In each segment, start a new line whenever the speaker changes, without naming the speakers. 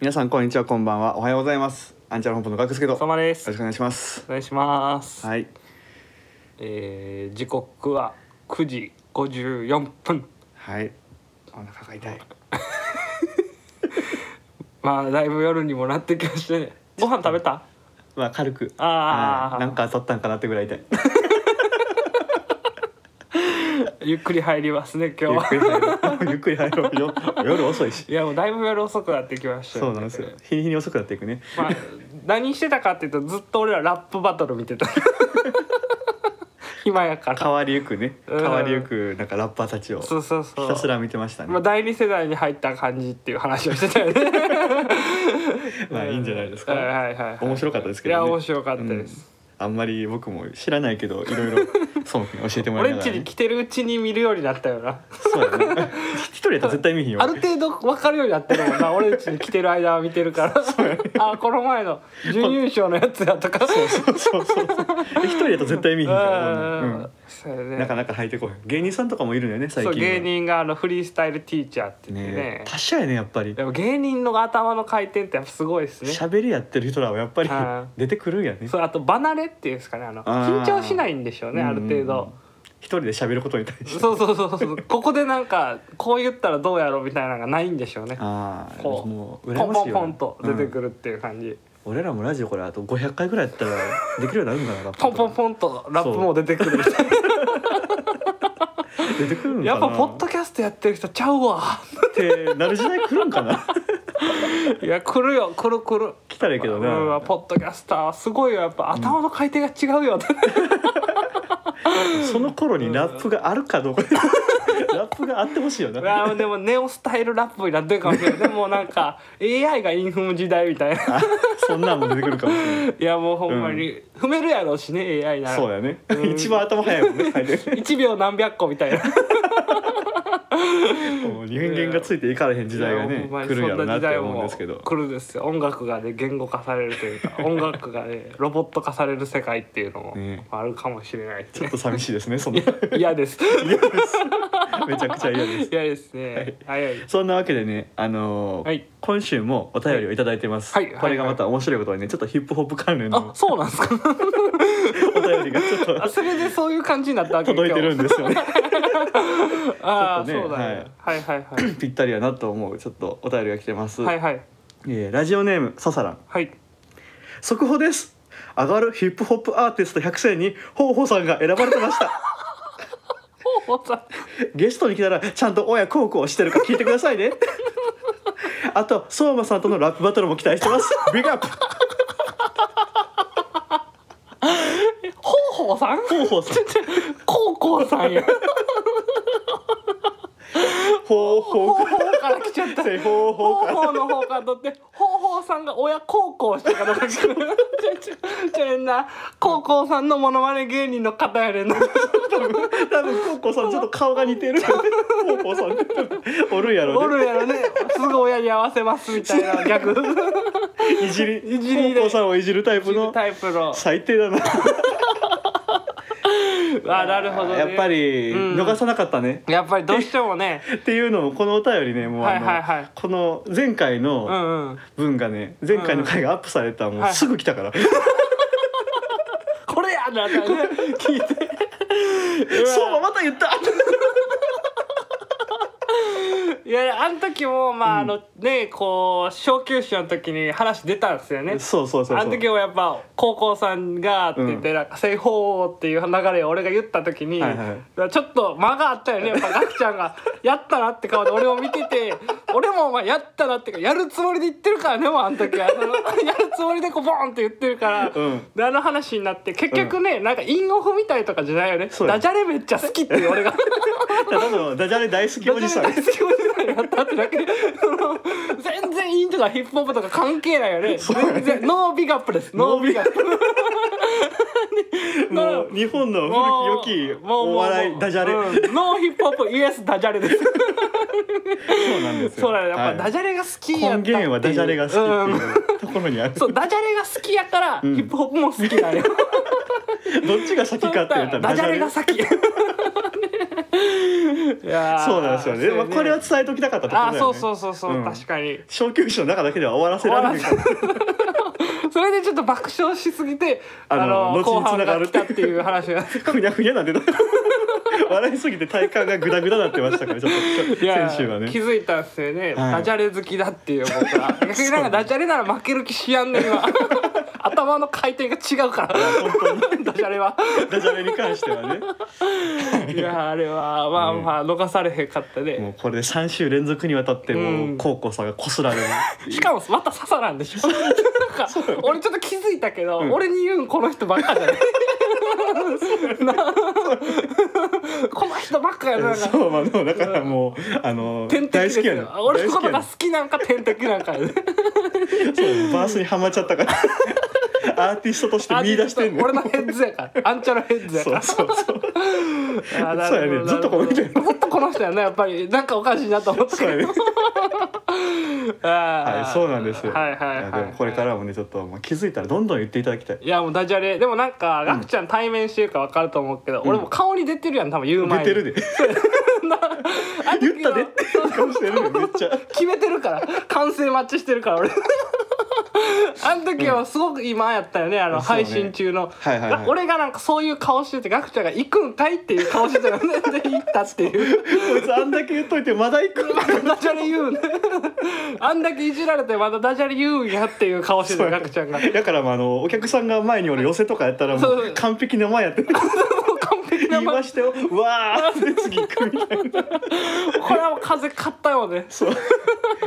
皆さんこんにちはこんばんはおはようございますアンチャラ本舗のガクスケとよ
さまで
ろ
す
しくお願いします
お願いします、
はい
えー時刻は9時54分
はいお腹が痛い
まあだいぶ夜にもなってき ましてご飯食べた
まあ軽く
あー
はいなんか当たったんかなってぐらい痛い
ゆっくり入りますね今
ゆ
日
っ
は
くり入ろう ゆっくり入ろうよ夜遅いし
いやもうだいぶ夜遅くなってきました
そうなんですよ日に日に遅くなっていくね
まあ何してたかっていうとずっと俺らラップバトル見てた暇やから
変わりゆくね
うん
変わりゆくなんかラッパーたちをひ
そうそうそう
たすら見てましたね
まあ、第二世代に入った感じっていう話をしてたよね
まあいいんじゃないです
はい
か
はいはい、はい、
面白かったですけどね
いや面白かったです、
あんまり僕も知らないけどいろい ろ孫君に教えてもらい
俺
なんが
ち
ら
に
ね
来てるうちに見るようになったよな
そうやね 一人やったら絶対見ひんよ
ある程度分かるようになってるも んな俺んちに来てる間は見てるからあこの前の準優勝のやつやとかそうそう
そうそうそう一人やと絶対見ひんから、うん
んそうやね
なかなか入ってこへん芸人さんとかもいるのよね最
そ
近
う
は
芸人があのフリースタイルティーチャーって言ってね
ね他社やねやっぱり
でも芸人の頭の回転ってやっぱすごいですね
喋りやってる人らはやっぱり
は
出てくるんやね
そうあと離れっていうんですかねあの
あー
緊張しないんでしょうねある
うんう
程
んうん
度
一人で喋ることに対して
そうそうそ うそうここでなんかこう言ったらどうやろうみたいなのがないんでしょうね
ああ
こう
もう
ポ
羨
ン
ましいよ
ポンポンと出てく
る、
るっていう感じ
うん俺らもラジオこれあと500回ぐらいやったらできるようになるんかなラップ
ポンポンポンとラップも出てくるみたいな
出てくるんかな
やっぱポッドキャストやってる人ちゃうわ
ってなる時代来るんかな
いや来るよ来る来る
来たらいいけどね
うんポッドキャスターはすごいよやっぱ頭の回転が違うよ、
その頃にラップがあるかどうか ラップがあってほしいよ
いや
な
でもネオスタイルラップになってるかもしれないでもなんか AI がインフム時代みたいな
あそんなんも出てくるかもしれない
いやもうほんまに、踏めるやろうしね AI なら
そうやね、
うん
一番頭早いもんね入る
1秒何百個みたいな
もう人間がついていかれへん時代が
いやほ
ね
んまに
来るんやろなっ
そん
て
時代も
思うんですけど
来るですよ音楽がね言語化されるというか音楽がねロボット化される世界っていうのも
ね
あるかもしれないで
ち
す
ょ
ね
っと寂しいですねその嫌です
嫌です
めちゃくちゃ嫌です
嫌ですねはいはい
そんなわけでねあのー
はい
今週もお便りをいただいてます、
はいはい
これがまた面白いことにねちょっとヒップホップ関連
あ
の
そうなんですか
お便りがちょっ
あ
と
それでそういう感じになったわけ
届いてるん
今
ですよ ね
日ああ、
ちょっ
そ
とね
うだね、はい、はいはい
ぴったりやなと思うちょっとお便りが来てます、
はいはい
えーラジオネームささらん
はい
速報です上がるヒップホップアーティスト100選にほうほさんが選ばれてました
ほうほうさん
ゲストに来たらちゃんと親孝行してるか聞いてくださいねあと相馬さんとのラップバトルも期待してますビッグアップ
ほうほうさん
ほうほうさん
こうこうさんや
ほうほう
ほうほうから来ちゃった
せほうほう
ほう
か
ほうの方から取ってほうほうさんが親孝行してからだけちょちょちょやんな高校さんのモノマネ芸人の方やねんな
多分ほうこうさんちょっと顔が似てるからねほうほうさんって多分おるや
お
ろね
るやろねすぐ親に合わせますみたいな逆
いじり
いじり
ほう
で
こうさんをいじるタイプの
タイプの
最低だな
あなるほど、ね、
やっぱり
うん
逃さなかったね、
やっぱりどうしてもね
っていうのもこのお便りねもうあの、
はいはいはい
この前回
う
の
んうん
文がね前回の回がアップされたらもうすぐ来たから、
これやなってね聞いて
そうまた言った
いやあの時もまあ、あのねこう小休止の時に話出たんですよね
そうそうそうそう
あの時もやっぱ高校さんがって言って、なんか「正方」っていう流れを俺が言った時に、
はいはい
だからちょっと間があったよねやっぱガクちゃんが 「やったな」って顔で俺を見てて俺もまあやったなっていうかやるつもりで言ってるからねもうあの時は そのやるつもりでこうボーンって言ってるから、
うん
であの話になって結局ね、なんかインオフみたいとかじゃないよね
そうや
ダジャレめっちゃ好きっていう俺が。
ただのダジャレ大好きおじさん
大好きおじさんやったってだけでその全然インとかヒップホップとか関係ないよね全然ノービッグアッ プですノービッグアップ
もう日本の古き良き お笑いダジャレ、
レノーヒップホップイエスダジャレです
そうなんですよ
そうだねやっぱ
は
ダ
い
ジャレが好きやった
根
っていう
源はダジャレが好き
うん
っていうところにある、
そうダジャレが好きやからヒ
ん
ップホップも好きだよ
どっちが先かって言ったら
ダジャレが先 いやー
そうなんですよね、
そう
ま
や
あ、これは伝えときたかったところだよね
あそうそうそうそう、
うん
確かに
小休止の中だけでは終わらせられないから
それでちょっと爆笑しすぎて
あの後
後
に
半
繋が
が
るっ
来
てい
た
う
っていう話 が
ふにゃふにゃなんで笑いすぎて体幹がグダグダなってましたからちょっと
いや
先週はね
気づいたんですよね、
はい
ダジャレ好きだっていう僕 は逆になんかダジャレなら負ける気しやんねん今頭の回転が違うから
本当に
ダジャレは
ダジャレに関してはね
いやあれはまあ
うん
まあ逃されへんかったね、
もうこれで3週連続にわたって
う
もうん高校さんがこすられる、
しかもまた笹なんでし ょなんか俺ちょっと気づいたけど、
うん
俺に言うんこの人ばっかじゃないな この人ばっかやななんか
そうまあのだからもうあの
天敵です
ね
よ俺のこと
大
が
好
好きなんか天敵なんかやね
きやねそうバースにハマっちゃったからアーティストとして見出してんの
俺のヘッズやからアンチャのヘッズやか
そう
ら
そうそう
あー
そうやねずっとこの人や
ずっとこの人やねやっぱりなんかおかしいなと思って
そうやね
は
はいそうなんですよ
はいはい
や
はい
でもこれからもねちょっともう気づいたらどんどん言っていただきたい
いやもうダジャレでもなんかガクちゃん対面してるから分かると思うけど、俺もう顔に出てるやん多分言う前
出
に
て るで言ったでっていう顔してるよめっちゃ
決めてるから完成マッチしてる から俺あの時はすごく今やったよねあの
そうね
配信中の、
はいはいはい
俺がなんかそういう顔しててガクちゃんが「行くんかい?」っていう顔してたよ ねで行ったっていう
こいつあんだけ言っといてまだ行く
ダジャレ言うんあんだけいじられてまだダジャレ言うんやっていう顔してたよガクちゃんが
だからまああのお客さんが前に俺寄せとかやったらも
そう
う完璧な前やって
完璧な
言い
ま
ま したようわーって次行くみたいな
これはもう風勝ったよね
そう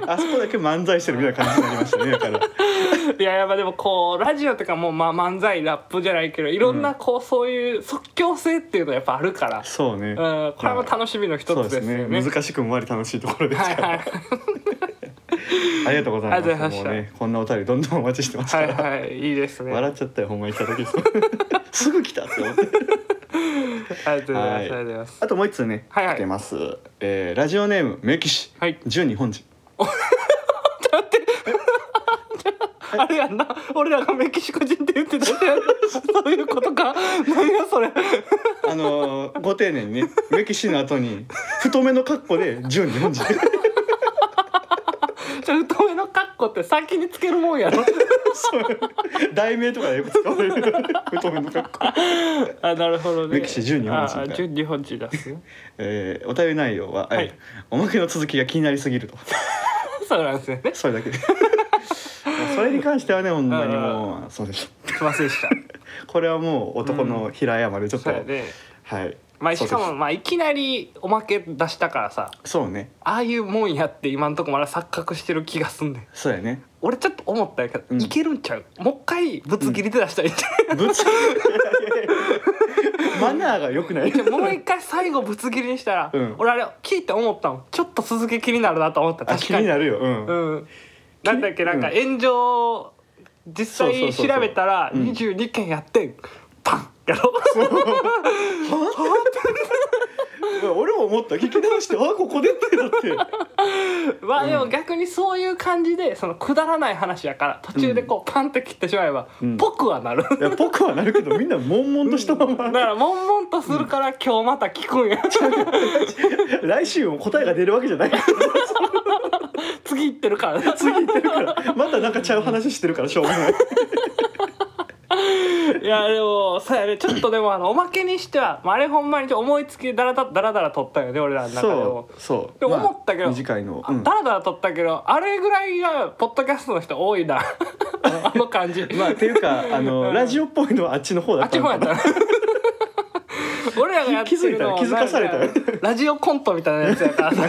あそこだけ漫才してるみたいな感じになりましたねだから
いややっぱでもこうラジオとかもうまあ漫才ラップじゃないけどいろんなこうそういう即興性っていうのはやっぱあるから、
そうね、
うん、これも楽しみの一
そう
つですよね。
難しくもあり楽しいところです
は
か
い
ら、
はい
ありがとうございます
ありがとうございました
もうねこんなお便りどんどんお待ちしてますから、
はいはいいいですね。
笑っちゃったよほん まに来た時すぐ来たって思って
ありがとうございます。あ
は
り
い
がとうございます。
あともう一つね、
はいはい
来てます、えーラジオネームメキシ、
はい
純日本人
あれやんな、俺らがメキシコ人って言ってたやんなそういうことか。何やそれ。
あのーご丁寧にねメキシの後に太めの格好で純日本人
じゃ太めの格好って先につけるもんやろ。
そう題名とかでよく使われる太めの格好、
あ、なるほどね。
メキシ純日本人だ
ああ純日本人だっすよ。
えーお便り内容は、えー
はい
おまけの続きが気になりすぎると
そうなんですよね。
それだけ それに関してはねほんまにもうそうです
すいませんでした。
これはもう男の平山でちょっと、
そうやね。
はい
まあ
そう
し
です
かもまあいきなりおまけ出したからさ、
そうね
ああいうもんやって今んとこまだ錯覚してる気がすんねん。
そうやね
俺ちょっと思ったんやけど、
うん
いけるんちゃうもう一回ぶつ切りで出したらいいんちゃ
ぶつ マナーが良くないう
もう一回最後ぶつ切りにしたら、
うん
俺あれ聞いて思ったもんちょっと続き気になるなと思った
あ
確
気
か
に
に
なるようん、
うん、なんだっけなんか
うん
炎上実
そう
際
そうそうそう
調べたら
うん
22件やってん、パンやろ
俺も思った聞き直してあここでってだって
まあでも逆にそういう感じでそのくだらない話やから途中でこうパンって切ってしまえば、
うん
僕は なる
いや僕はなるけどみんな悶々としたま
だ
ま、
から悶々とするから今日また聞くんや
来週も答えが出るわけじゃない
次行ってるから
次言ってるからまたなんかちゃう話してるからしょうがない
いやでもそうやねちょっとでもあのおまけにしては、まあ、あれほんまにちょっと思いつきでダラダダラダラ撮ったよね俺らの中でも
そ。うそう
でも思ったけど、
まあ短いの、
あ
うん
ダラダラ撮ったけどあれぐらいがポッドキャストの人多いなあの感じ、
まあっていう かあの、ラジオっぽいのはあっちの方だ
あ
っ
ったち
の
も
か
やった な俺らがやっ
気
てるの
づいたら気づかされた
なんかラジオコントみたいなやつや からさ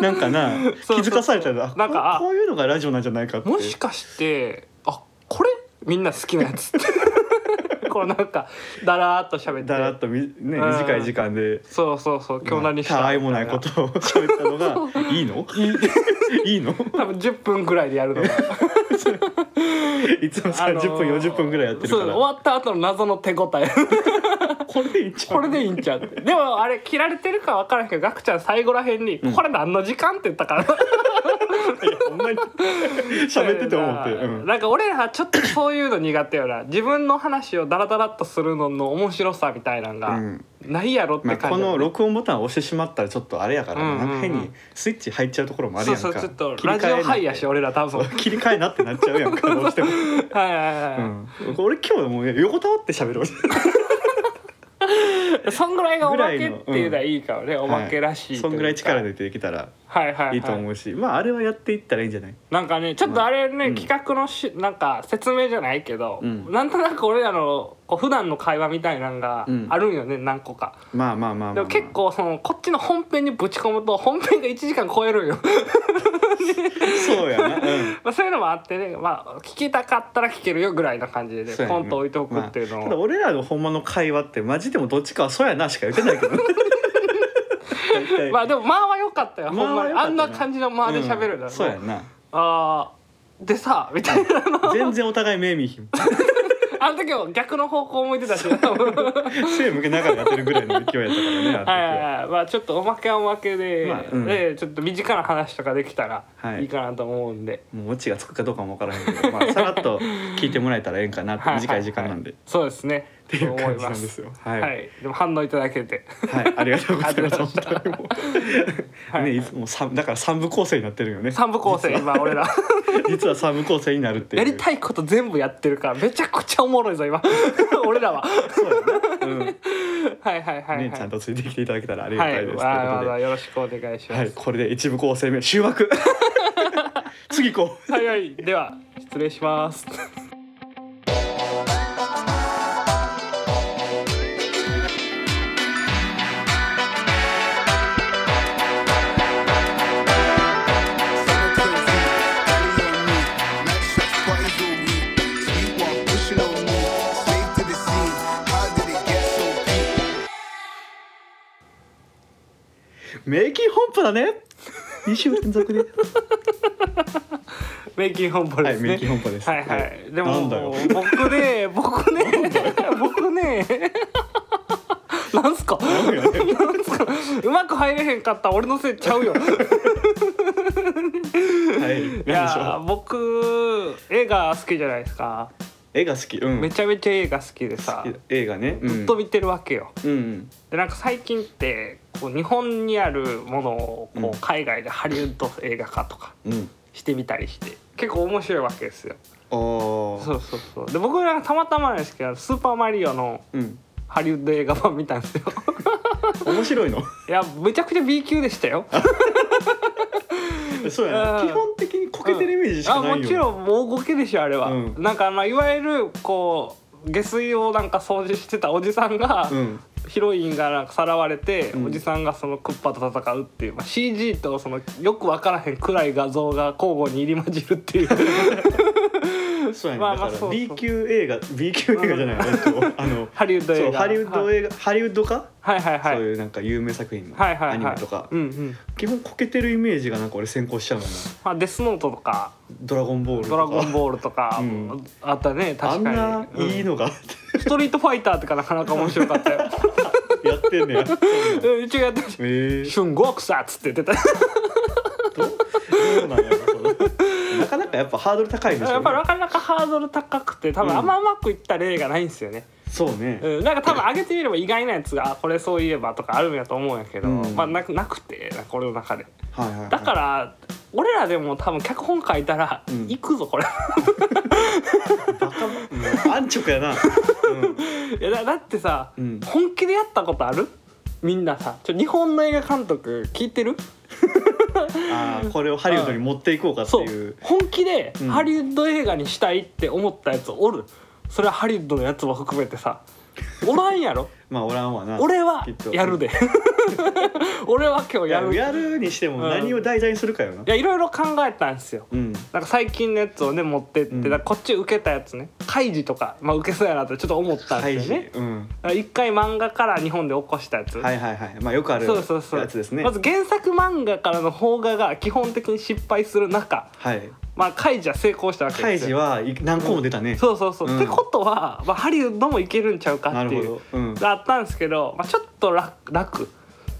なんかな
そうそう
気づかされたらあ
なんかあ
こうこういうのがラジオなんじゃないかって
もしかしてあこれみんな好きなやつって このなんかダラーっと喋って
だらっとみ、ね、
うん
短い時間で
そうそうそう今日何した
まあたわいもないことを喋ったのが いいのいいの
多分10分ぐらいでやるの
い
が
つも
あのー
30分、40分ぐらいやってる
そう
から
終わった後の謎の手応え
これでいいんちゃう
これでいいんちゃうってでもあれ切られてるか分からへんけどガクちゃん最後らへんに「これ何の時間?」って言ったから
やほん まに喋ってて思って、うん、
なんか俺らちょっとそういうの苦手よな自分の話をダラダラっとするのの面白さみたいなんが
うん
ないやろって
ま
感
あ、
じ、
この録音ボタンを押してしまったらちょっとあれやから、
うんうんうん
なんか変にスイッチ入っちゃうところもあるや
そうん
か
そうちょっと
切り替
ラ
え
ジオ
な
ハイやし俺ら多分はい
切り替えなってなっちゃうやんかどうしても、
はいはい、
う
はい
ん、俺今日もう横たわって喋ろう
そんぐらいがおまけっ
ぐ
て
らいの
いうのはいいからね、おまけらしいとうか
そんぐらい力抜いてできたら
はいはい、はい、
いいと思うし、まああれはやっていったらいいんじゃない
なんかねちょっとあれね、
うん
企画のしなんか説明じゃないけど、
うん
なんとなく俺らのこう普段の会話みたいなのが
うん
あるんよね、何個か
まあまあまあまあ、まあ、
でも結構そのこっちの本編にぶち込むと 本編が1時間超えるんよ
そうやな、うん
まあそういうのもあってね、まあ、聞きたかったら聞けるよぐらいな感じ で、ね
そうやね
ポンと置いておくっていうの
ま
を、
あただ俺らのほんまの会話ってマジでもどっちかは「そうやな」しか言ってないけど大体
まあでも間は良かったよ、
間は
ほんまに
良か
あ
った
ん
な
な感じの間で喋るだろ、
うんそうやな
あーでさみたいな
全然お互い目見ひん
あの時は逆の方向向いてたし
背向けながらやってるぐらいの勢いやったからねあの時
はいはいはいまあちょっとおまけはおまけで、
まあうん
でちょっと身近な話とかできたら
はい
いいかなと思うんで、
もうオチがつくかどうかも分からへんけど、まあ、さらっと聞いてもらえたらええんかなって
ははは
短い時間なんで、
そうですね
っていう感じなんです
と
よ
思います
は、
はいい、でも反応いただけて
はい、ありがとうございます
ありがとう
本当にもう
はい
ねいつもさだから三部構成になってるよね
三部構成今俺ら
実は三部構成になるっていう
やりたいこと全部やってるからめちゃくちゃおもろい ぞ今俺らは
そうやな、うん
はいはいはいはい、
ね、ちゃんとついてきていただけたらありが
は
たい
い、
です、
わざわ
ということ
ざ
で、
よろしくお願いします。
はい、これで一部構成目終幕次行こう
はいはい、では失礼します。
名金本舗だね二週連続で
メイキン本舗
は
で
い
すね。
名金本舗です
はいはい、で
な
も
んだよ
僕ね僕ね僕ね なんすかなんすかうまく入れへんかった俺のせいちゃうよ
はい
い
何でし
や
ょう
僕映画好きじゃないですか
絵が好きうん
めちゃめちゃ映画好きでさ
映画ね、うん、
ずっと見てるわけよ
うんうん
でなんか最近ってこう日本にあるものをこ
うん
う海外でハリウッド映画化とか
うん
してみたりして結構面白いわけですよ
お
そううそうそうで僕なんかたまたまなんですけど「スーパーマリオ」の
うん
ハリウッド映画版見たんですよ
面白いの
いやめちゃくちゃ B 級でしたよ
そうやな
うん
基本的にこけてるイメージし
あ
かないよ、
もちろん大ゴケでしょあれは、
うん
なんかまあいわゆるこう下水をなんか掃除してたおじさんが、
うん
ヒロインがなんかさらわれて、
うん
おじさんがそのクッパと戦うっていう、まあ、CG とそのよくわからへん暗い画像が交互に入り混じるって いう
そうやね、
まあ
だ
まあ
から
そうそう
B 級映画 B 級映画じゃない、えっとあの
ハリウッド
そ
映
う
画
ハリウッド映画ハリウッド化、
はいはいはい
そういうなんか有名作品の
はいはいは
ア
い
ニメとか、
うんうん
基本こけてるイメージがなんか俺先行しちゃうもんな
まあ、デスノートとか
ドラゴンボールと
ド
か
ラゴンボールとか、
うん
あったね
あ
確
ん
かに
ないいのが、
うんストリートファイターとかなかなか面白かったよ
やってん ねや
うん一応やってました
え
「
ー、
春極さ」っつって言って
ど
た
うなんやろそのなかなかやっぱハードル高いんでしょ
や
う
っ
ね
ぱなかなかハードル高くて多
う
分
ん
あんまうまくいった例がないんですよね、
そうね、
うんなんか多分上げてみれば意外なやつがあこれそういえばとかあるんやと思うんやけど、
うん
まあなくなくてなんか俺の中で
はいはい、はい、
だから俺らでも多分脚本書いたら「
うん
行くぞこれ」
バカもう安直やな、うん
いやだだってさ、
うん
本気でやったことあるみんなさちょ日本の映画監督聞いてる
あーこれをハリウッドに持っていこうかって
そ
いう
う本気で
うん
ハリウッド映画にしたいって思ったやつおるそれはハリウッドのやつも含めてさおらんやろ
ま あおらんわな
俺は
きっと
やるで 俺は今日
や
やる
る
い
やるにしても何を題材にするかよな、
やいろいろ考えたんですよ
うん
なんか最近のやつをね持ってって、
うん
だからこっち受けたやつね「カイジ」とか、まあ、受けそうやなってちょっと思ったん
怪
です
事
よね
うん
だから一回漫画から日本で起こしたやつ、
はいはいはいまあよくある
そうそうそう
やつですね
まず原作漫画からの邦画が基本的に失敗する中
はい
まあカイジは成功したわけ
カ
で
イ
す
ジ
よ
はい何個も出たね、
そうそうそう、
うん
ってことは、まあ、ハリウッドもいけるんちゃうか
な
って
る
い
ほ
う
ど、うん、
があったんですけど、まあ、ちょっと楽楽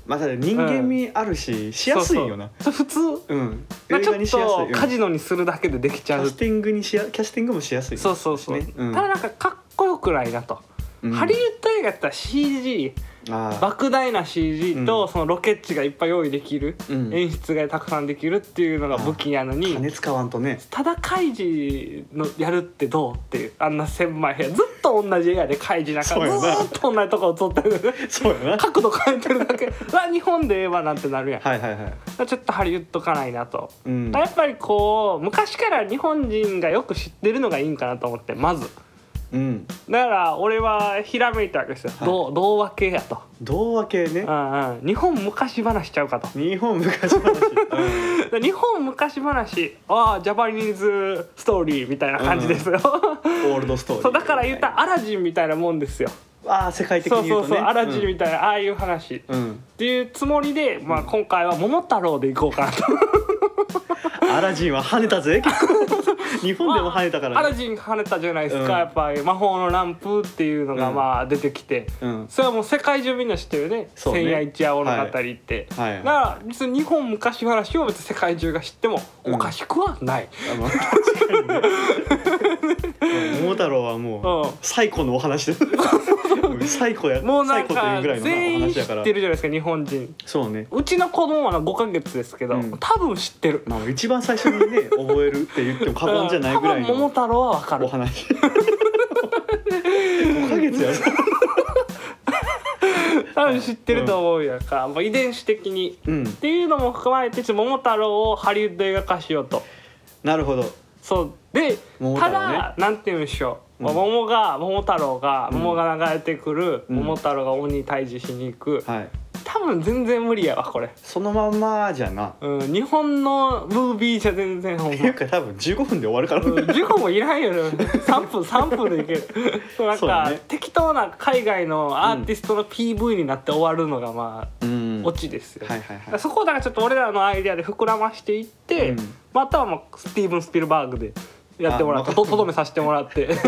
まあただ人間味あるし、しやすいよな
そうそうそう普通、
うん
まあ、
映
ち
画
ょ
に
っ
しやすい
と
うん
カジノにするだけでできち
キ
ゃ
ャ
う
スティングにしやキャスティングもしやすい
そうそうそう、
ねうん
ただなんかかっこよくないなと、
うん
ハリウッド映画やったら CG
ああ
莫大な CG
う
と
ん
そのロケ地がいっぱい用意できる、
うん
演出がたくさんできるっていうのが武器なのに、
金使わんとね
ただカイジのやるってどうっていうあんな狭い部屋ずっと同じ部屋でカイジなんかず
そうやな
ーっと同じとこ映ってる
そうやな
角度変えてるだけ うわ日本でええわなんてなるやん、
はいはいはい
ちょっとハリウッドかないなと、
うん
やっぱりこう昔から日本人がよく知ってるのがいいんかなと思ってまず
うん
だから俺はひらめいたわけですよ、
い
どう童話系やと、
童話系ね
うんうん、日本昔話しちゃうかと
日本 昔話うん
で日本昔話ああジャパニーズストーリーみたいな感じですよ、
オールドストーリー
そうだから言ったらアラジンみたいなもんですよ、
ああ世界的
そう
に言
そうう
と
そう、
ね
アラジン
み
みたいなああいう話、っ
うんうん
ていうつもりで、まあ、今回は「桃太郎」でいこうかなと
アラジンは跳ねた ぜ結構日本でも跳ねたか
ア
ら
ラ
ね
ジン跳ねたじゃないですか、
うん
やっぱり魔法のランプっていうのが
うん
まあ出てきて、
うん
それはもう世界中みんな知ってるね「
そうね
千夜一夜物語」って、
はいはい
だから別に日本昔話を別に世界中が知っても
うん
おかしくはない、
あまあ確かにねうん桃太郎はも
うん
う最古のお話です最古や
もうな
最
ん
古という
か
ぐらいの
全
お
員
話
知
やか
っ
ら
てるじゃないですか日本人
そうね
うちの子供はな5ヶ月ですけど、
うん
多分知ってる
まあ一番最初にね覚えるって言っても過言じゃないぐらい
多分桃
の
太郎はわかる
お話5ヶ月やぞ
多分知ってると思うやんか、もう遺伝子的に
うん
っていうのも含まれてちょっと桃太郎をハリウッド映画化しようと
なるほど
そうで、
桃
た
太郎ね
だなんて言うんでしょう、
うん
桃が桃太郎が
うん
桃が流れてくる、
うん
桃太郎が鬼に退治しに行く、
はい
多分全然無理やわこれ、
そのまんまじゃな
うん、日本のムービーじゃ全然ほん
っ
ま
ていうか多分15分で終わるから
うん
ね
15もいらんよね3分3分でいけるそうな ん
そうだ
か、
ね
適当な海外のアーティストの PV になって終わるのがまあ、
うん
オチですよ、
はいはい
だか
は
ら
い
そこをだからちょっと俺らのアイデアで膨らましていって、
うん
まあ、あとはもうスティーブン・スピルバーグでやってもらっ
あま
て
あ
ととどめさせてもらって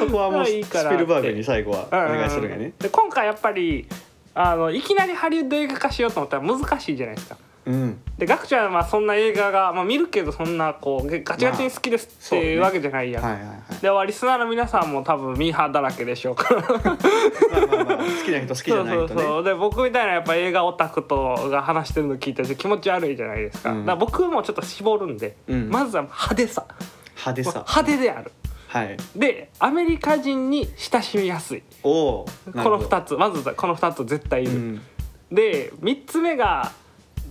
そこはもう
いい
ス
から
ピルバーグに最後はお願いするが
うんうんうん
ね
で今回やっぱりあのいきなりハリウッド映画化しようと思ったら難しいじゃないですか。
うん
で学者はまあそんな映画が、まあ、見るけどそんなこうガチガチに好きですっていう
まあ
わけじゃないやん。
はいはいはい
ではリスナーの皆さんも多分ミーハーだらけでしょうから
まあまあまあ好きな人好きじゃない
そう
と
そうそう
ね
で僕みたいなやっぱ映画オタクとが話してるの聞いてて気持ち悪いじゃないですか,、
うん
だから僕もちょっと絞るんで、
うん
まずは派手さ
派手さ
派手である
はい
でアメリカ人に親しみやすい
おお
この
2
2つまずこの2つ絶対いる、
うん
で3つ目が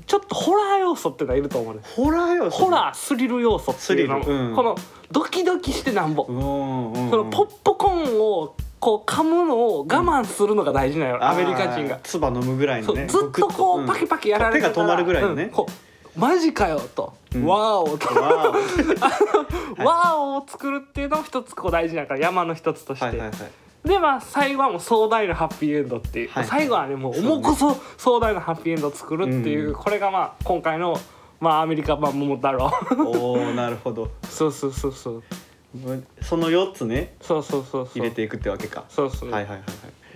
ちょっとホラー要素っていうのがいると思うね
ホラーよ
ホラースリル要素っていうの、
スリルうん
このドキドキしてなんぼ、
うんうんうん
そのポップコーンをこう噛むのを我慢するのが大事なよ、
あー
アメリカ人が。
唾飲むぐらい
そ
の
う
ね
ずっとこうパキパキやられて
手が止まるぐらいのね
こうマジかよと、
うん
わーおと、
キわー
わーおを作るっていうのも一つこう大事だから山の一つとして、
はいはいはい
でまあ最後はもう壮大なハッピーエンドっていう、
はい
最後はねもう重こそ壮大なハッピーエンドを作るっていう、
うん
これがまあ今回の、まあ、アメリカ版桃太 郎
おおなるほど
そうそうそうそう
その4つね
そうそうそうそう
入れていくってわけか
そうそう、
はいはいはいは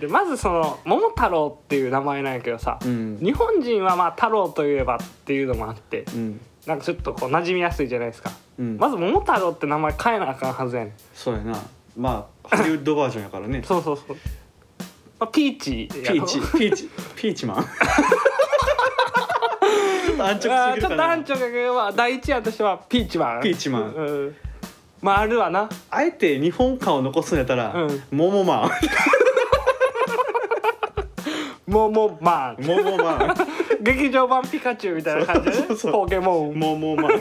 い
でまずその桃太郎っていう名前なんやけどさ、
うん
日本人はまあ太郎といえばっていうのもあって、
うん
なんかちょっとこう馴染みやすいじゃないですか、
うん
まず桃太郎って名前変えなあかんはずやねん
そうやなまあハリウッドバージョンやからね
そうそうそう、まあ、ピーチ
ピ
やろ
ーチピーチピーチマンちょっと安直
あ
す
ー
ぎ
ちょ
るか
っと安
な
直やけどまあ第一案としてはピーチマン
ピーチマン
うん、まああるわな
あえて日本感を残すんやったら
うん
モモマ
モモマ
ン
ン
モモマ
劇場版ピカチュウみたいな感じで、ね、
そうそうそう
ポケモ
ン
ン
モモマン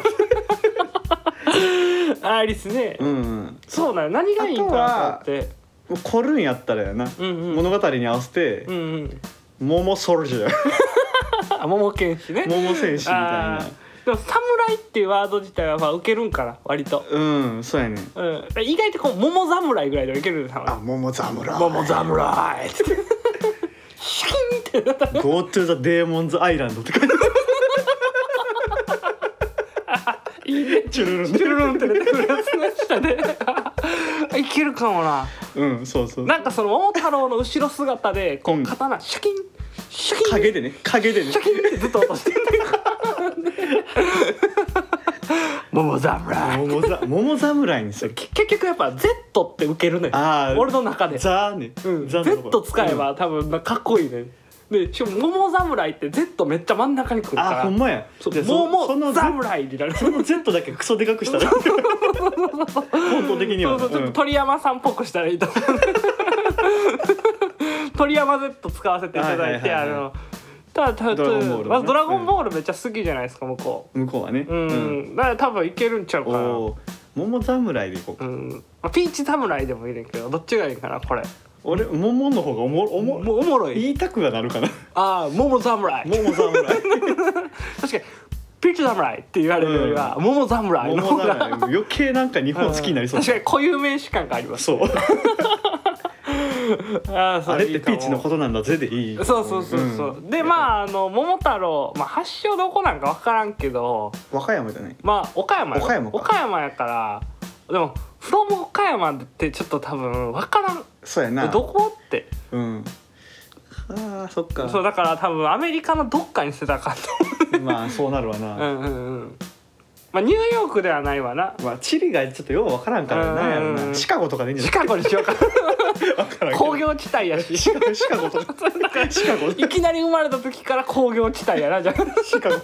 アリスね、
うんうん
そうなの何がいいんかなと思って
もう凝るんやったらやな
うんうん
物語に合わせて
うんうん
モモソルジャー
あ桃剣士ね
モモ戦士みたい
あ
な
ーでも侍っていうワード自体はまあ受けるんかな割と
うんそうやね
うん、意外とこう桃侍ぐらいではいけるんですよ
あ桃侍
桃侍って シャキンってなった
Go to the Demons Island って書いて
いいね
チュルルン
チュルルンって出てくるやつね下でいいけるかもな
うんそうそう
なんかその桃太郎の後ろ姿でこ
う
うん刀シャキンシャキン
影でね影でね
シャキンってずっと落としてる桃侍
桃ざ桃侍にする
結局やっぱ Z って受けるね
あー
俺の中で
ザーね、
うん、
ザのところ
Z 使えば多分なかっこいいねでしかも桃侍って Z めっちゃ真ん中に来るから
あほんまや
そう
じゃあそ
桃
そのゼ
侍になる
その Z だけクソでかく したら本当的に
そ
は
う
ね
そうちょっ
う
と
ん
鳥山さんっぽくしたらいいと思う鳥山 Z 使わせていただいて
は
あ
いはいはいはい
のただただ
ドラゴンボールね
まずドラゴンボールめっちゃ好きじゃないですか向こ
向こうはね
ううん、だから多分いけるんちゃうか
お
な
おー桃侍でいこうか、
うんまあ、ピーチ侍でもいいねんけどどっちがいいかなこれ
俺桃の方がおもろおもろ
もうおもろい
言いたくはなるかな
ああ桃侍
桃侍
確かにピーチ侍って言われるよりは、桃侍の方
桃
が
侍 余計なんか日本好きになりそう
確かに固有名詞感があります
そう
あーそ う
あれっ
い
て
いか
ピ
も
ーチのことなんだぜでいい
そうそうそうそう、
ん
でまああの桃太郎、まあ、発祥どこなんか分からんけど
和歌山じゃない
まあ岡山よ
岡山か
岡山やからでも「from 岡山」ってちょっと多分分からん
そうやな
どこって
うんあーそっか
そうだから多分アメリカのどっかに捨てたらあかんと
まあそうなるわな、
思ううんうんうんまあニューヨークではないわな
まあチリがちょっとようわからんからなんやろ
うんうんう
なんシカゴとかでいいんじゃ
シ
ない
カゴにし ようか
わからんけど
工業地帯やし
シカゴシカゴとかシカゴ
いきなり生まれた時から工業地帯やなじゃあ
シカゴ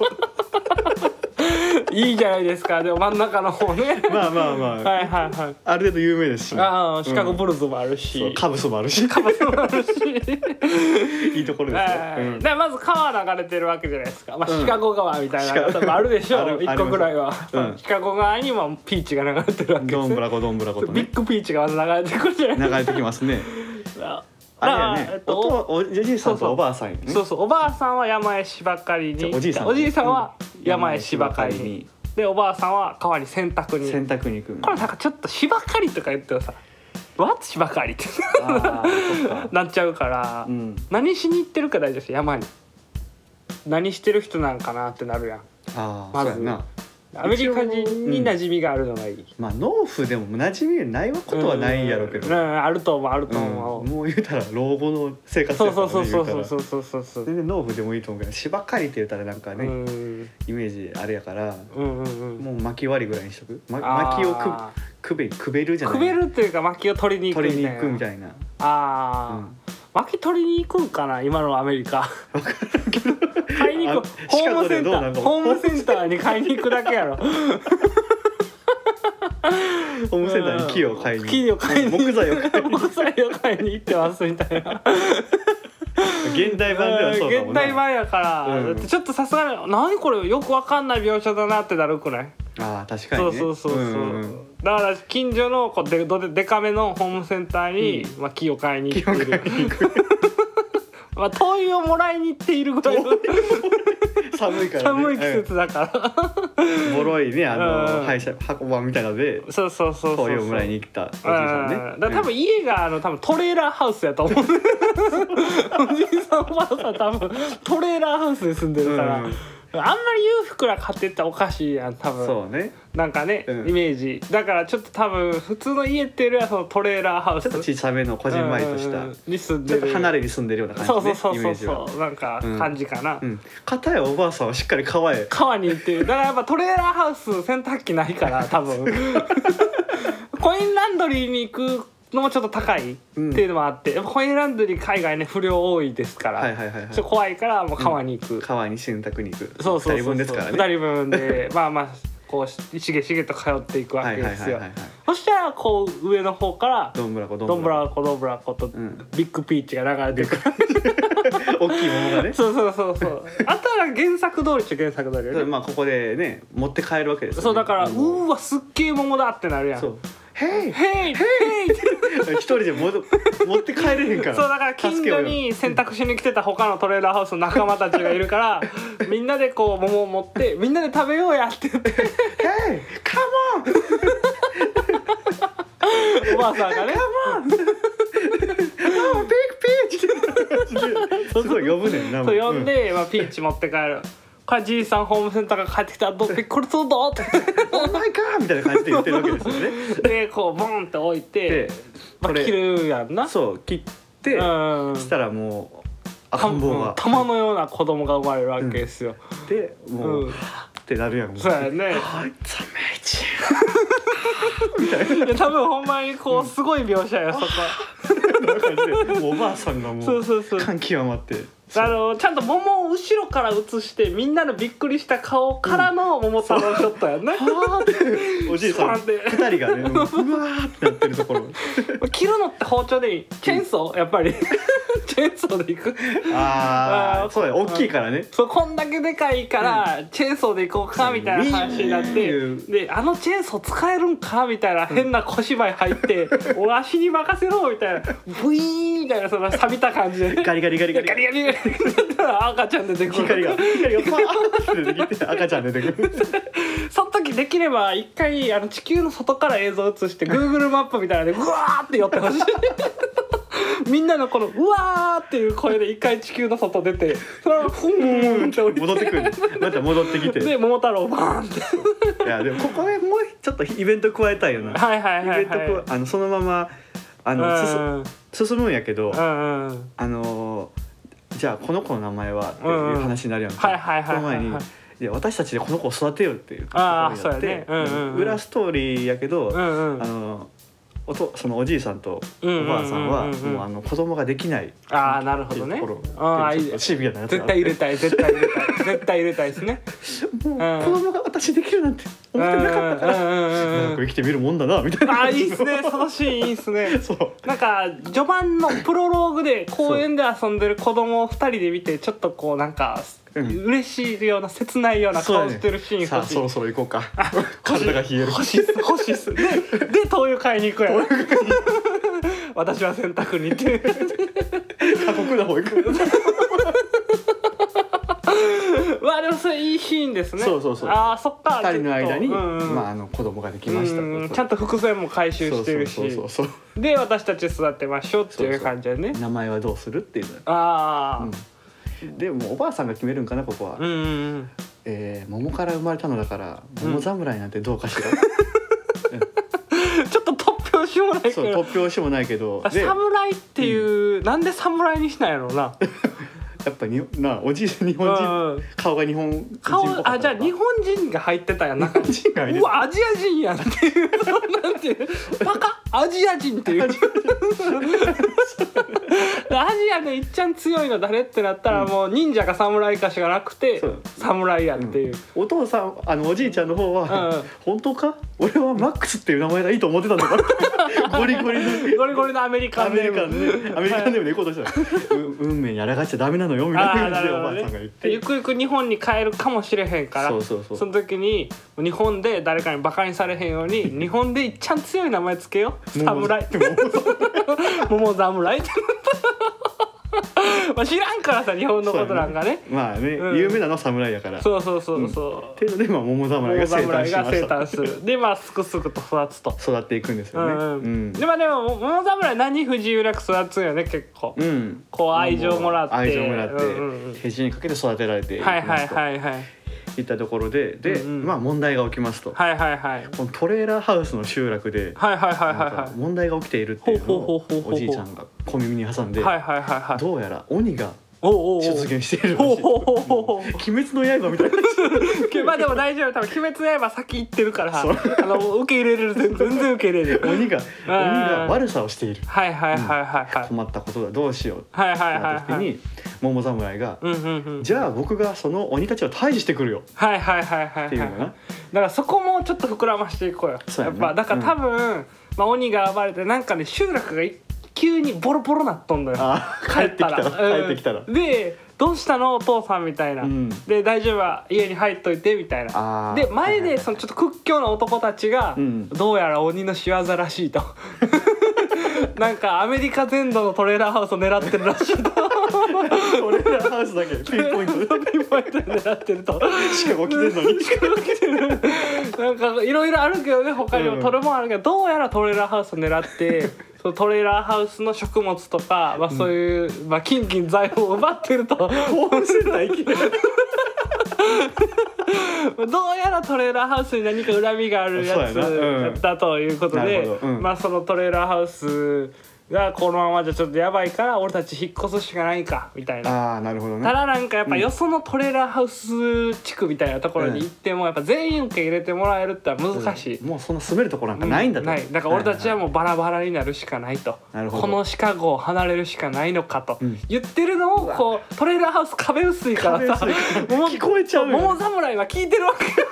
いいじゃないですかでも真ん中の方ね
まあま あまあ、
はいはいはい
ある程度有名ですしね
ああシカゴ
うん
ブルズもあるし、
そうカブスもあるし
カバスもあるし
いいところですよ、
は
う
い
ん
だからまず川流れてるわけじゃないですか、まあ、
うん
シカゴ川みたい
シ
な
カ
の多分あるでし
あ
ょ
る
一個ぐらいは、
ありますうん
シカゴ川にもピーチが流れてるわけで
ど
す
んぶ
ね
らこどんぶらこと
ビ
ね
ッグピーチがまず流れてくるじゃないで
流れてきますね
すか
あれ
だ
や
から
ね
っ、
お
と
とおじいさん
そうそ
と
う
おばあさんよね
そうそうおばあさんは山へ芝刈りに
おじいさん
おじいさんは山へ芝刈り
山へ
にでおばあさんは川に洗濯に
洗濯に行く
これなんかちょっと芝刈りとか言ってもさ「わっ芝刈り」って
あーそっか
なっちゃうから、
うん
何しに行ってるか大事です山に何してる人なんかなってなるやん
あー
ま
そ
ず
うやな
アメリカ人に馴染みがあるのがいい、
まあ農夫でも馴染みないことはないやろうけど、
うんうんあると思うあると思う、
うんもう言うたら老後の生活
そ
や
う
か
そ
ら
う
ね
そうそう
言うた
そ
ら
うそうそうそう
全然農夫でもいいと思うけど芝刈りって言ったらなんか
う
ね、
ん
イメージあれやから
うんうんうん
もう薪割りぐらいにしとく、ま、
あー
薪をくくべくべるじゃない
くべるっていうか薪を取りに行く
取
み
り
たい
に
な
行くみたいな
ああ、
うん
薪取りに行くんかな今のアメリカ買いに行く
あ
ホームセ
シカゴで
ンタ
どうな
ー
んか
ホームセンターに買いに行くだけやろ
ホームセンターに木を買いに
木を買いに
木材を買いに
木材を買いに行ってますみたいな
現代版ではそうかも
現
な
代版やから、
うん
だってちょっとさすがに何これよくわかんない描写だなってなるくない
ああ確かに
そう
ね
そうそうそう、
んうん
だから近所のこうでどででかめのホームセンターに、まあ、木を買いに行っている、 まあ、灯油をもらいに行っているぐらいの
寒いから、ね、
寒い季節だから、
うんボロいねあの、
うん
歯医者箱場みたいなので
そうそうそうそう
灯
そう
油をもらいに来たおじいさんね
うんだから多分家があの多分トレーラーハウスやと 思うおじいさんおばあさん多分トレーラーハウスで住んでるから、
うん
あんまり裕福な家庭っておかしいやん多
うん
分
そうね
なんかね、
うん
イメージだからちょっと多分普通の家っていうよりはそのトレーラーハウ
ち
ス
ょっと小さめのこじんまりとし
う
た
んうんうんに住ん
ち
で
ょ
る
っと離れに住んでるような
そ
感
う
じ
そう
ね
そう
イ
そ
メー
う
ジは
そうなんか感じかな、
うん片やおばあさんはしっかり川へ
川に行ってるだからやっぱトレーラーハウス洗濯機ないから 多分コインランドリーに行くのもちょっと高いっていうのもあって、やっぱコインランドリー海外ね不良多いですから、
はいはいはいはい
ちょっと怖いからもう川に行く、
川に洗濯に行く
そうそうそうそう
二人分ですからね
二人分で まあまあこうしげしげと通っていくわ
は
け
いはい
で
は
す
い
よ、
はいはい
そしたらこう上の方から
どんぶらこ
ど
ど
ん
ん
ぶ
ぶ
ら
らこ
こどんぶらこと
ん
ビッグピーチが流れてくる、
大きいものがね
そうそうそうそうあとは原作通りっちゃ原作通りよね
まあここでね持って帰るわけですよね
そうだから、うんーわすっげえ桃だってなるやん
そう「へい!」
ヘイヘイ
一人でもど 持って帰れへんか
そう
ら
だから近所に洗濯しに来てた他のトレーラーハウスの仲間たちがいるから みんなでこう桃を持ってみんなで食べようやって言って
「へいカモン!
おばあさんがね
カモ ンビッグピーチ!」すごい呼ぶねんな
そう呼んで、まあ、ピーチ持って帰る。かじいさんホームセンターが帰ってきたらどうびっくりするぞって
オーマイガーみたいな感じで言ってるわけですよ ね。
でこうボンって置いて
で、
まあ、
これ
切るやんな
そう切って、
うん
したらもう赤ん坊が
玉のような子供が生まれるわけですよ、
でもう、
うん
ってなるやん。
そうやね
あいつめいち
いや多分ほんまにこうすごい描写やそこ
みたいな感じでもうおばあさんがも
そう
う
そうそう
感極まって。
あのちゃんと桃を後ろから映してみんなのびっくりした顔からの桃太郎ショットやね、
おじいさん
そうなんで
二人がねもううわーってなってるところ
切るのって包丁でいいチェーンソーやっぱり チェーンソーでいく
あ
あー
あそうだよ大きいからね
そうこんだけでかいから、チェーンソーでいこうかみたいな話になっ
う
てであのチェーンソー使えるんかみたいな変な小芝居入 って「お足に任せろ」みたいなブイーンみたいなその錆びた感じで、ね、
ガリガリガリガ
ガ
リ
リガリガリガリガリ赤ちゃん出てくる
光が光がパーって出てきて赤ちゃん出てくる
その時できれば一回あの地球の外から映像映して Google マップみたいなのでうわーって寄ってほしい みんなのこのうわーっていう声で一回地球の外出てそれをふーんって降りて
戻ってくるまた戻ってきて
で桃太郎バーンって
いやでもここでもうちょっとイベント加えたいよな
はいはいは
イベ
い
ント
はい
こうあのそのままあの
うん
進進むんやけど
うんうん
あのーじゃあこの子の名前はっていう話になるやんか、
うんうんはいはいはいはい
その前にで私たちでこの子を育てようっていう
あー
ところになって
そうやねうんうんうん
裏ストーリーやけど、
う
あ
んうん
のおとそのおじいさんとお
うんうんうんうん
ばあさんはもうあの子供ができないって
ああなるほ
い
ど
うと
ね
ころ
ああ
っていうちょっ
いい
とシビアなやつがあって
絶対入れたい絶対入れたい絶対入れたいですね
もう子供が私できるなんて
うん
思
う
っ
ん
てな
う
かったから、
ん
なん
う
か生
ん
きてみるもんだなみたいな
ああいいっすねそのシーンいいっすね
そう
なんか序盤のプロローグで公園で遊んでる子供を2人で見てちょっとこうなんか
うん
嬉しいような切ないような
そう
顔
や
してるシーン
ね、さあ
欲しい
そろそろ行こうか体が冷える
欲しいっす欲しいっすでで灯油買いに行くやろ私は洗濯に行って
過酷な方行く
わあでもそれいいシーンですね
そうそうそう
ああそっか
二人の間に、
ちょっとうんうん
まあ、あの子供ができ
う
ました
んうんちゃんと伏線も回収してるし
そうそうそうそ
で私たち育てましょうっていう感じだね
う名前はどうするっていうの
ああ
でもおばあさんが決めるんかなここは、
うんうんうん
えー桃から生まれたのだから桃侍なんてどうかし ら、
ちょっと突拍子もないけ
そう
ど
突拍子もないけど
あ
でやっ
侍っていう、なんで侍にしないのな
ぱになおじい日本人
うん
顔が日本人っぽかったの
顔
か
あじゃあ日本人が入ってたやんな
日本人がいる
うわアジア人やんっていうなんていうバカアジア人っていうアジアでいっちゃん強いの誰ってなったらもう忍者か侍かしかなくて
そう
侍やっていう、
お父さんあのおじいちゃんの方は、
うん
本当か俺はマックスっていう名前がいいと思ってたんだから ゴリゴリの
ゴリゴリのアメリカ
ア
ン
メ
ネー
リ
ム
カンねアメリカンでもね行こうとしたら、う運命に抗っちゃダメなのよみたい
あ
な感
ーな
じで
る
お
ほ
ばあ
ど
さんが言
ね
っ、て
でゆくゆく日本に帰るかもしれへんから
そうそうそう
の時に日本で誰かにバカにされへんように日本でいっちゃん強い名前つけよう侍 桃侍って まあ知らんからさ日本のことなんかね
まあね、
うん
有名なのは侍やから。
そうそうそうそう、
っていうので、まあ、桃侍
桃
が生誕
侍
し
が
まし
生
た
誕。するでまあすくすくと育つと、
育っていくんです
う
よね。うん
うん
ん。
でまあでも桃侍何不自由なく育つんよね結構、
うん
こう愛情もらって
愛情もらって、
うんうんうん
手順にかけて育てられていき
はいは
ま
い
すと
はいはい
いったところでで、
うんうん
まあ問題が起きますと、
はいはいはい
このトレーラーハウスの集落で、
はいはいは
な
い
ん
は
か問題が起きているっていうの
ほうほうほうほ
を
うほう
おじいちゃんが小耳に挟ん
い
で、
はいはいはいはい
どうやら鬼が
おうおうおう
出現しているらし
ほう
い
ほうほうほうほう
鬼滅の刃みたいな
まあでも大丈夫多分鬼滅の刃先行ってるから
そう
あの受け入れれる全然受け入れる
鬼が鬼が悪さをしている
はいはいはいはいはい
困ったことだどうしようって
はいはいはい
なった時
はい
に桃侍が
うんうんう
「
ん
じゃあ僕がその鬼たちを退治してくるよ」
はいはいはいはいはい
っていうのか
だ
な
からそこもちょっと膨らましていこうよ
そう
や
や
っ
な
ぱだから多分、まあ、鬼が暴れてなんかね集落が一急にボロボロなっとんだよ
あ ー帰ってきたら
うん
帰ってきたら
で「どうしたのお父さん」みたいな「
うん
で大丈夫は家に入っといて」みたいな
あー
で前でそのちょっと屈強な男たちが、
うん
どうやら鬼の仕業らしいと なんかアメリカ全土のトレーラーハウスを狙ってるらしいと
トレーラーハウスだけでピンポイントで
ピンポイントで狙ってると。
しかも起きてんのに
なんかいろいろあるけどね他にも
うん
トレもあるけど、どうやらトレーラーハウスを狙って そのトレーラーハウスの食物とか、 まあ、そういう、まあ、金銀財宝を奪ってると
ホームセンター行き
どうやらトレーラーハウスに何か恨みがあるやつ
そうやなうん
だったということ
な
で、
るほどうん
まあそのトレーラーハウスがこのままじゃちょっとやばいから俺たち引っ越すしかないかみたいな。
ああなるほど
た
ね
だなんかやっぱよそのトレーラーハウス地区みたいなところに行ってもやっぱ全員受け入れてもらえるってのは難しい。
もうそんな住めるとこなんかないんだ
う
と
ないだから俺たちは
も
もうバラバラになるしかないと、
なるほど
このシカゴを離れるしかないのかと、
うん
言ってるのをこうトレーラーハウス壁薄いからさ
壁薄いから
も
聞こえちゃうよね
桃侍は聞いてるわけよ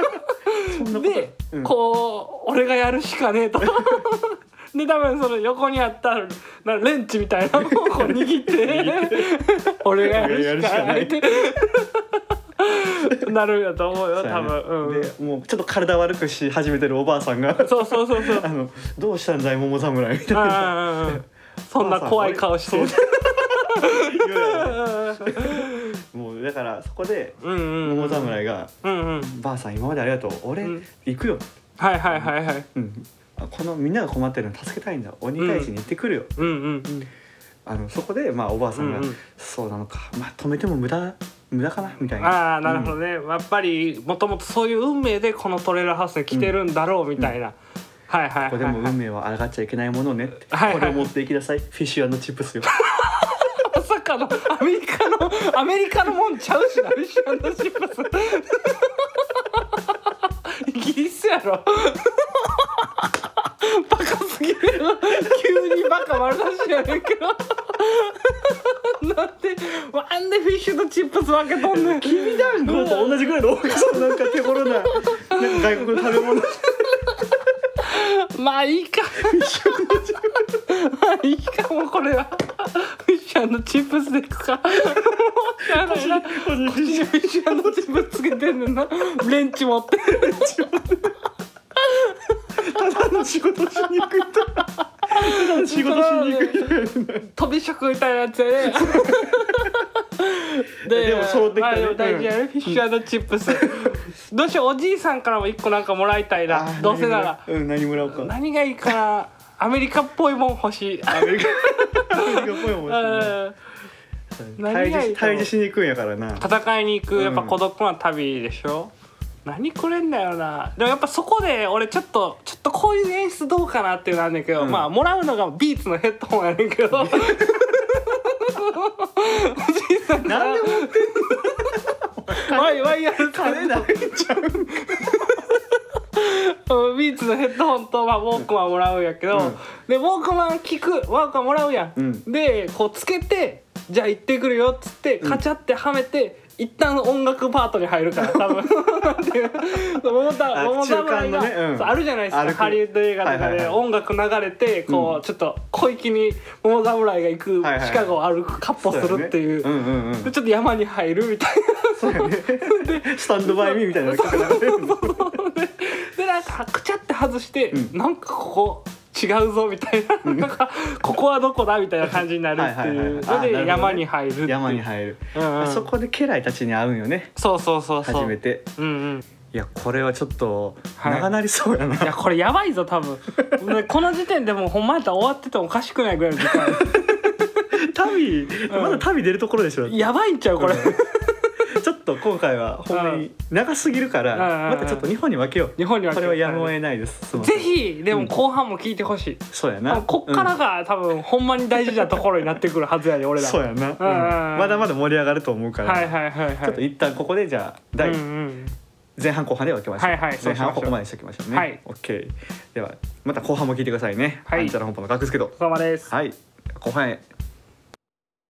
そんなこと
で、
うん
こう俺がやるしかね えとで多分その横にあったなレンチみたいなのをこう握って俺がやるしかない ってなるんやと思うよ
そうや
多
ね
分、うん、
でもうちょっと体悪くし始めてるおばあさんが
そうそうそう そう
あのどうしたんだい桃侍みたいな
うんうんうんそんな怖い顔し
そ
てる
う言うよね
う
もうだからそこで
んうんうん
桃侍が
うんうん
「ばあさん今までありがとう俺、
うん
行くよ」
はいはいはいはい
うんあこのみんなが困ってるの助けたいんだ鬼返しに行ってくるよ」
うんうんうん
あのそこでまあおばあさんが「
うんうん
そうなのかまあ止めても無駄無駄かな」みたいな
ああなるほどね、やっぱりもともとそういう運命でこのトレーラーハウスに来てるんだろうみたいな、はいはい
こ
はい
れで
は
も
い
運命は抗っちゃいけないものねって、
はいはい
これを持っていきなさいフィッシュチップスよ
まさかのアメリカのアメリカのもんちゃうしなフィッシュチップスイギリスやろバカすぎる急にバカ丸出しやねんけどなんでなんでフィッシュとチップス分けとんねん
君団子と同じぐらいの大きさのなんか手頃ななんか外国の食べ物フ
まあいいか
ィッシュ
まあいいかもこれはフィッシュのチップスでいくかやばいなフィッシュのチップスつけてんねんなレンチ持って
ただの仕事しに行く人ただの仕事しに行く人
飛び職みたいなやつやね
でも揃ってきたね
まあ、大事やね、フィッシュチップスどうしようおじいさんからも一個なんかもらいたい
あ
な
ー
どうせなら
何もらおううん何もらおうか
何がいいかなアメリカっぽいもん欲しい
アメリカアメリカっぽいもんね
うん
退
何がい
治
いかも
退治しに行くんやからな
戦いに行くやっぱ
うん
孤独な旅でしょ、何くれんだよなでもやっぱそこで俺ちょっとちょっとこういう演出どうかなっていうのあるんだけど、
うん
まあもらうのがビーツのヘッドホンやねんけ どおじいさん
何でも
ワイワイやるか
金ないじゃん
ビーツのヘッドホンと、まあ、ウォークマンもらうんやけど、
うん
でウォークマン聞くウォークマンもらうやん、
うん
でこうつけてじゃあ行ってくるよっつってカチャってはめて、一旦音楽パートに入るから多 分なんていう桃太
あ
郎桃太郎
中間の
が、
ねうん
そうあるじゃないです
あ
か
る
ハリウッド映画とか
はいはい
で
はい
音楽流れてこう、ちょっと小域に桃侍が行く、
はいはいはい
シカゴを歩くカッポするっていう
そうやねうんうんうん
でちょっと山に入るみたいな。
そうやねスタンドバイミーみたいなの聞かなくて
でなんかくちゃって外して、
うん
なんかここ違うぞみたいな,、なんかここはどこだみたいな感じになるっていう
はいはいはいはいあ
の
なるほどね
で山に入るっていう
山に入る
うんうん
そこで家来たちに会うんよね
そうそうそうそう
初めて
うんうん
いやこれはちょっと
はい
長なりそうやない
やこれやばいぞ 多分でこの時点でもうほんまやったら終わっててもおかしくないぐらいの時間
旅まだ旅出るところでしょち
やばいんちゃうこれ、
ょっと今回はほんまに長すぎるか
うんうん
ら
うん
またちょっと日本に分けよう
日本には
これはやむを得ないですすいません
ぜひでも後半も聞いてほしい、
そうや
多
な
分こっから
うん
が多分ほんまに大事なところになってくるはずやで俺ら
そうやなうん
うんうん
まだまだ盛り上がると思うから
はいはいはいはい
ちょっと一旦ここでじゃあ
うん
第
うん
前半後半で分けましょう。
はいはい
前半は
そ
こ
うし
こ
ましょう
までにしておきましょうね。
はい
オッケー。ではまた後半も聞いてくださいね。
はい
アンチャラ本舗のガクスケと。
お疲れ様です
はい。後半へ。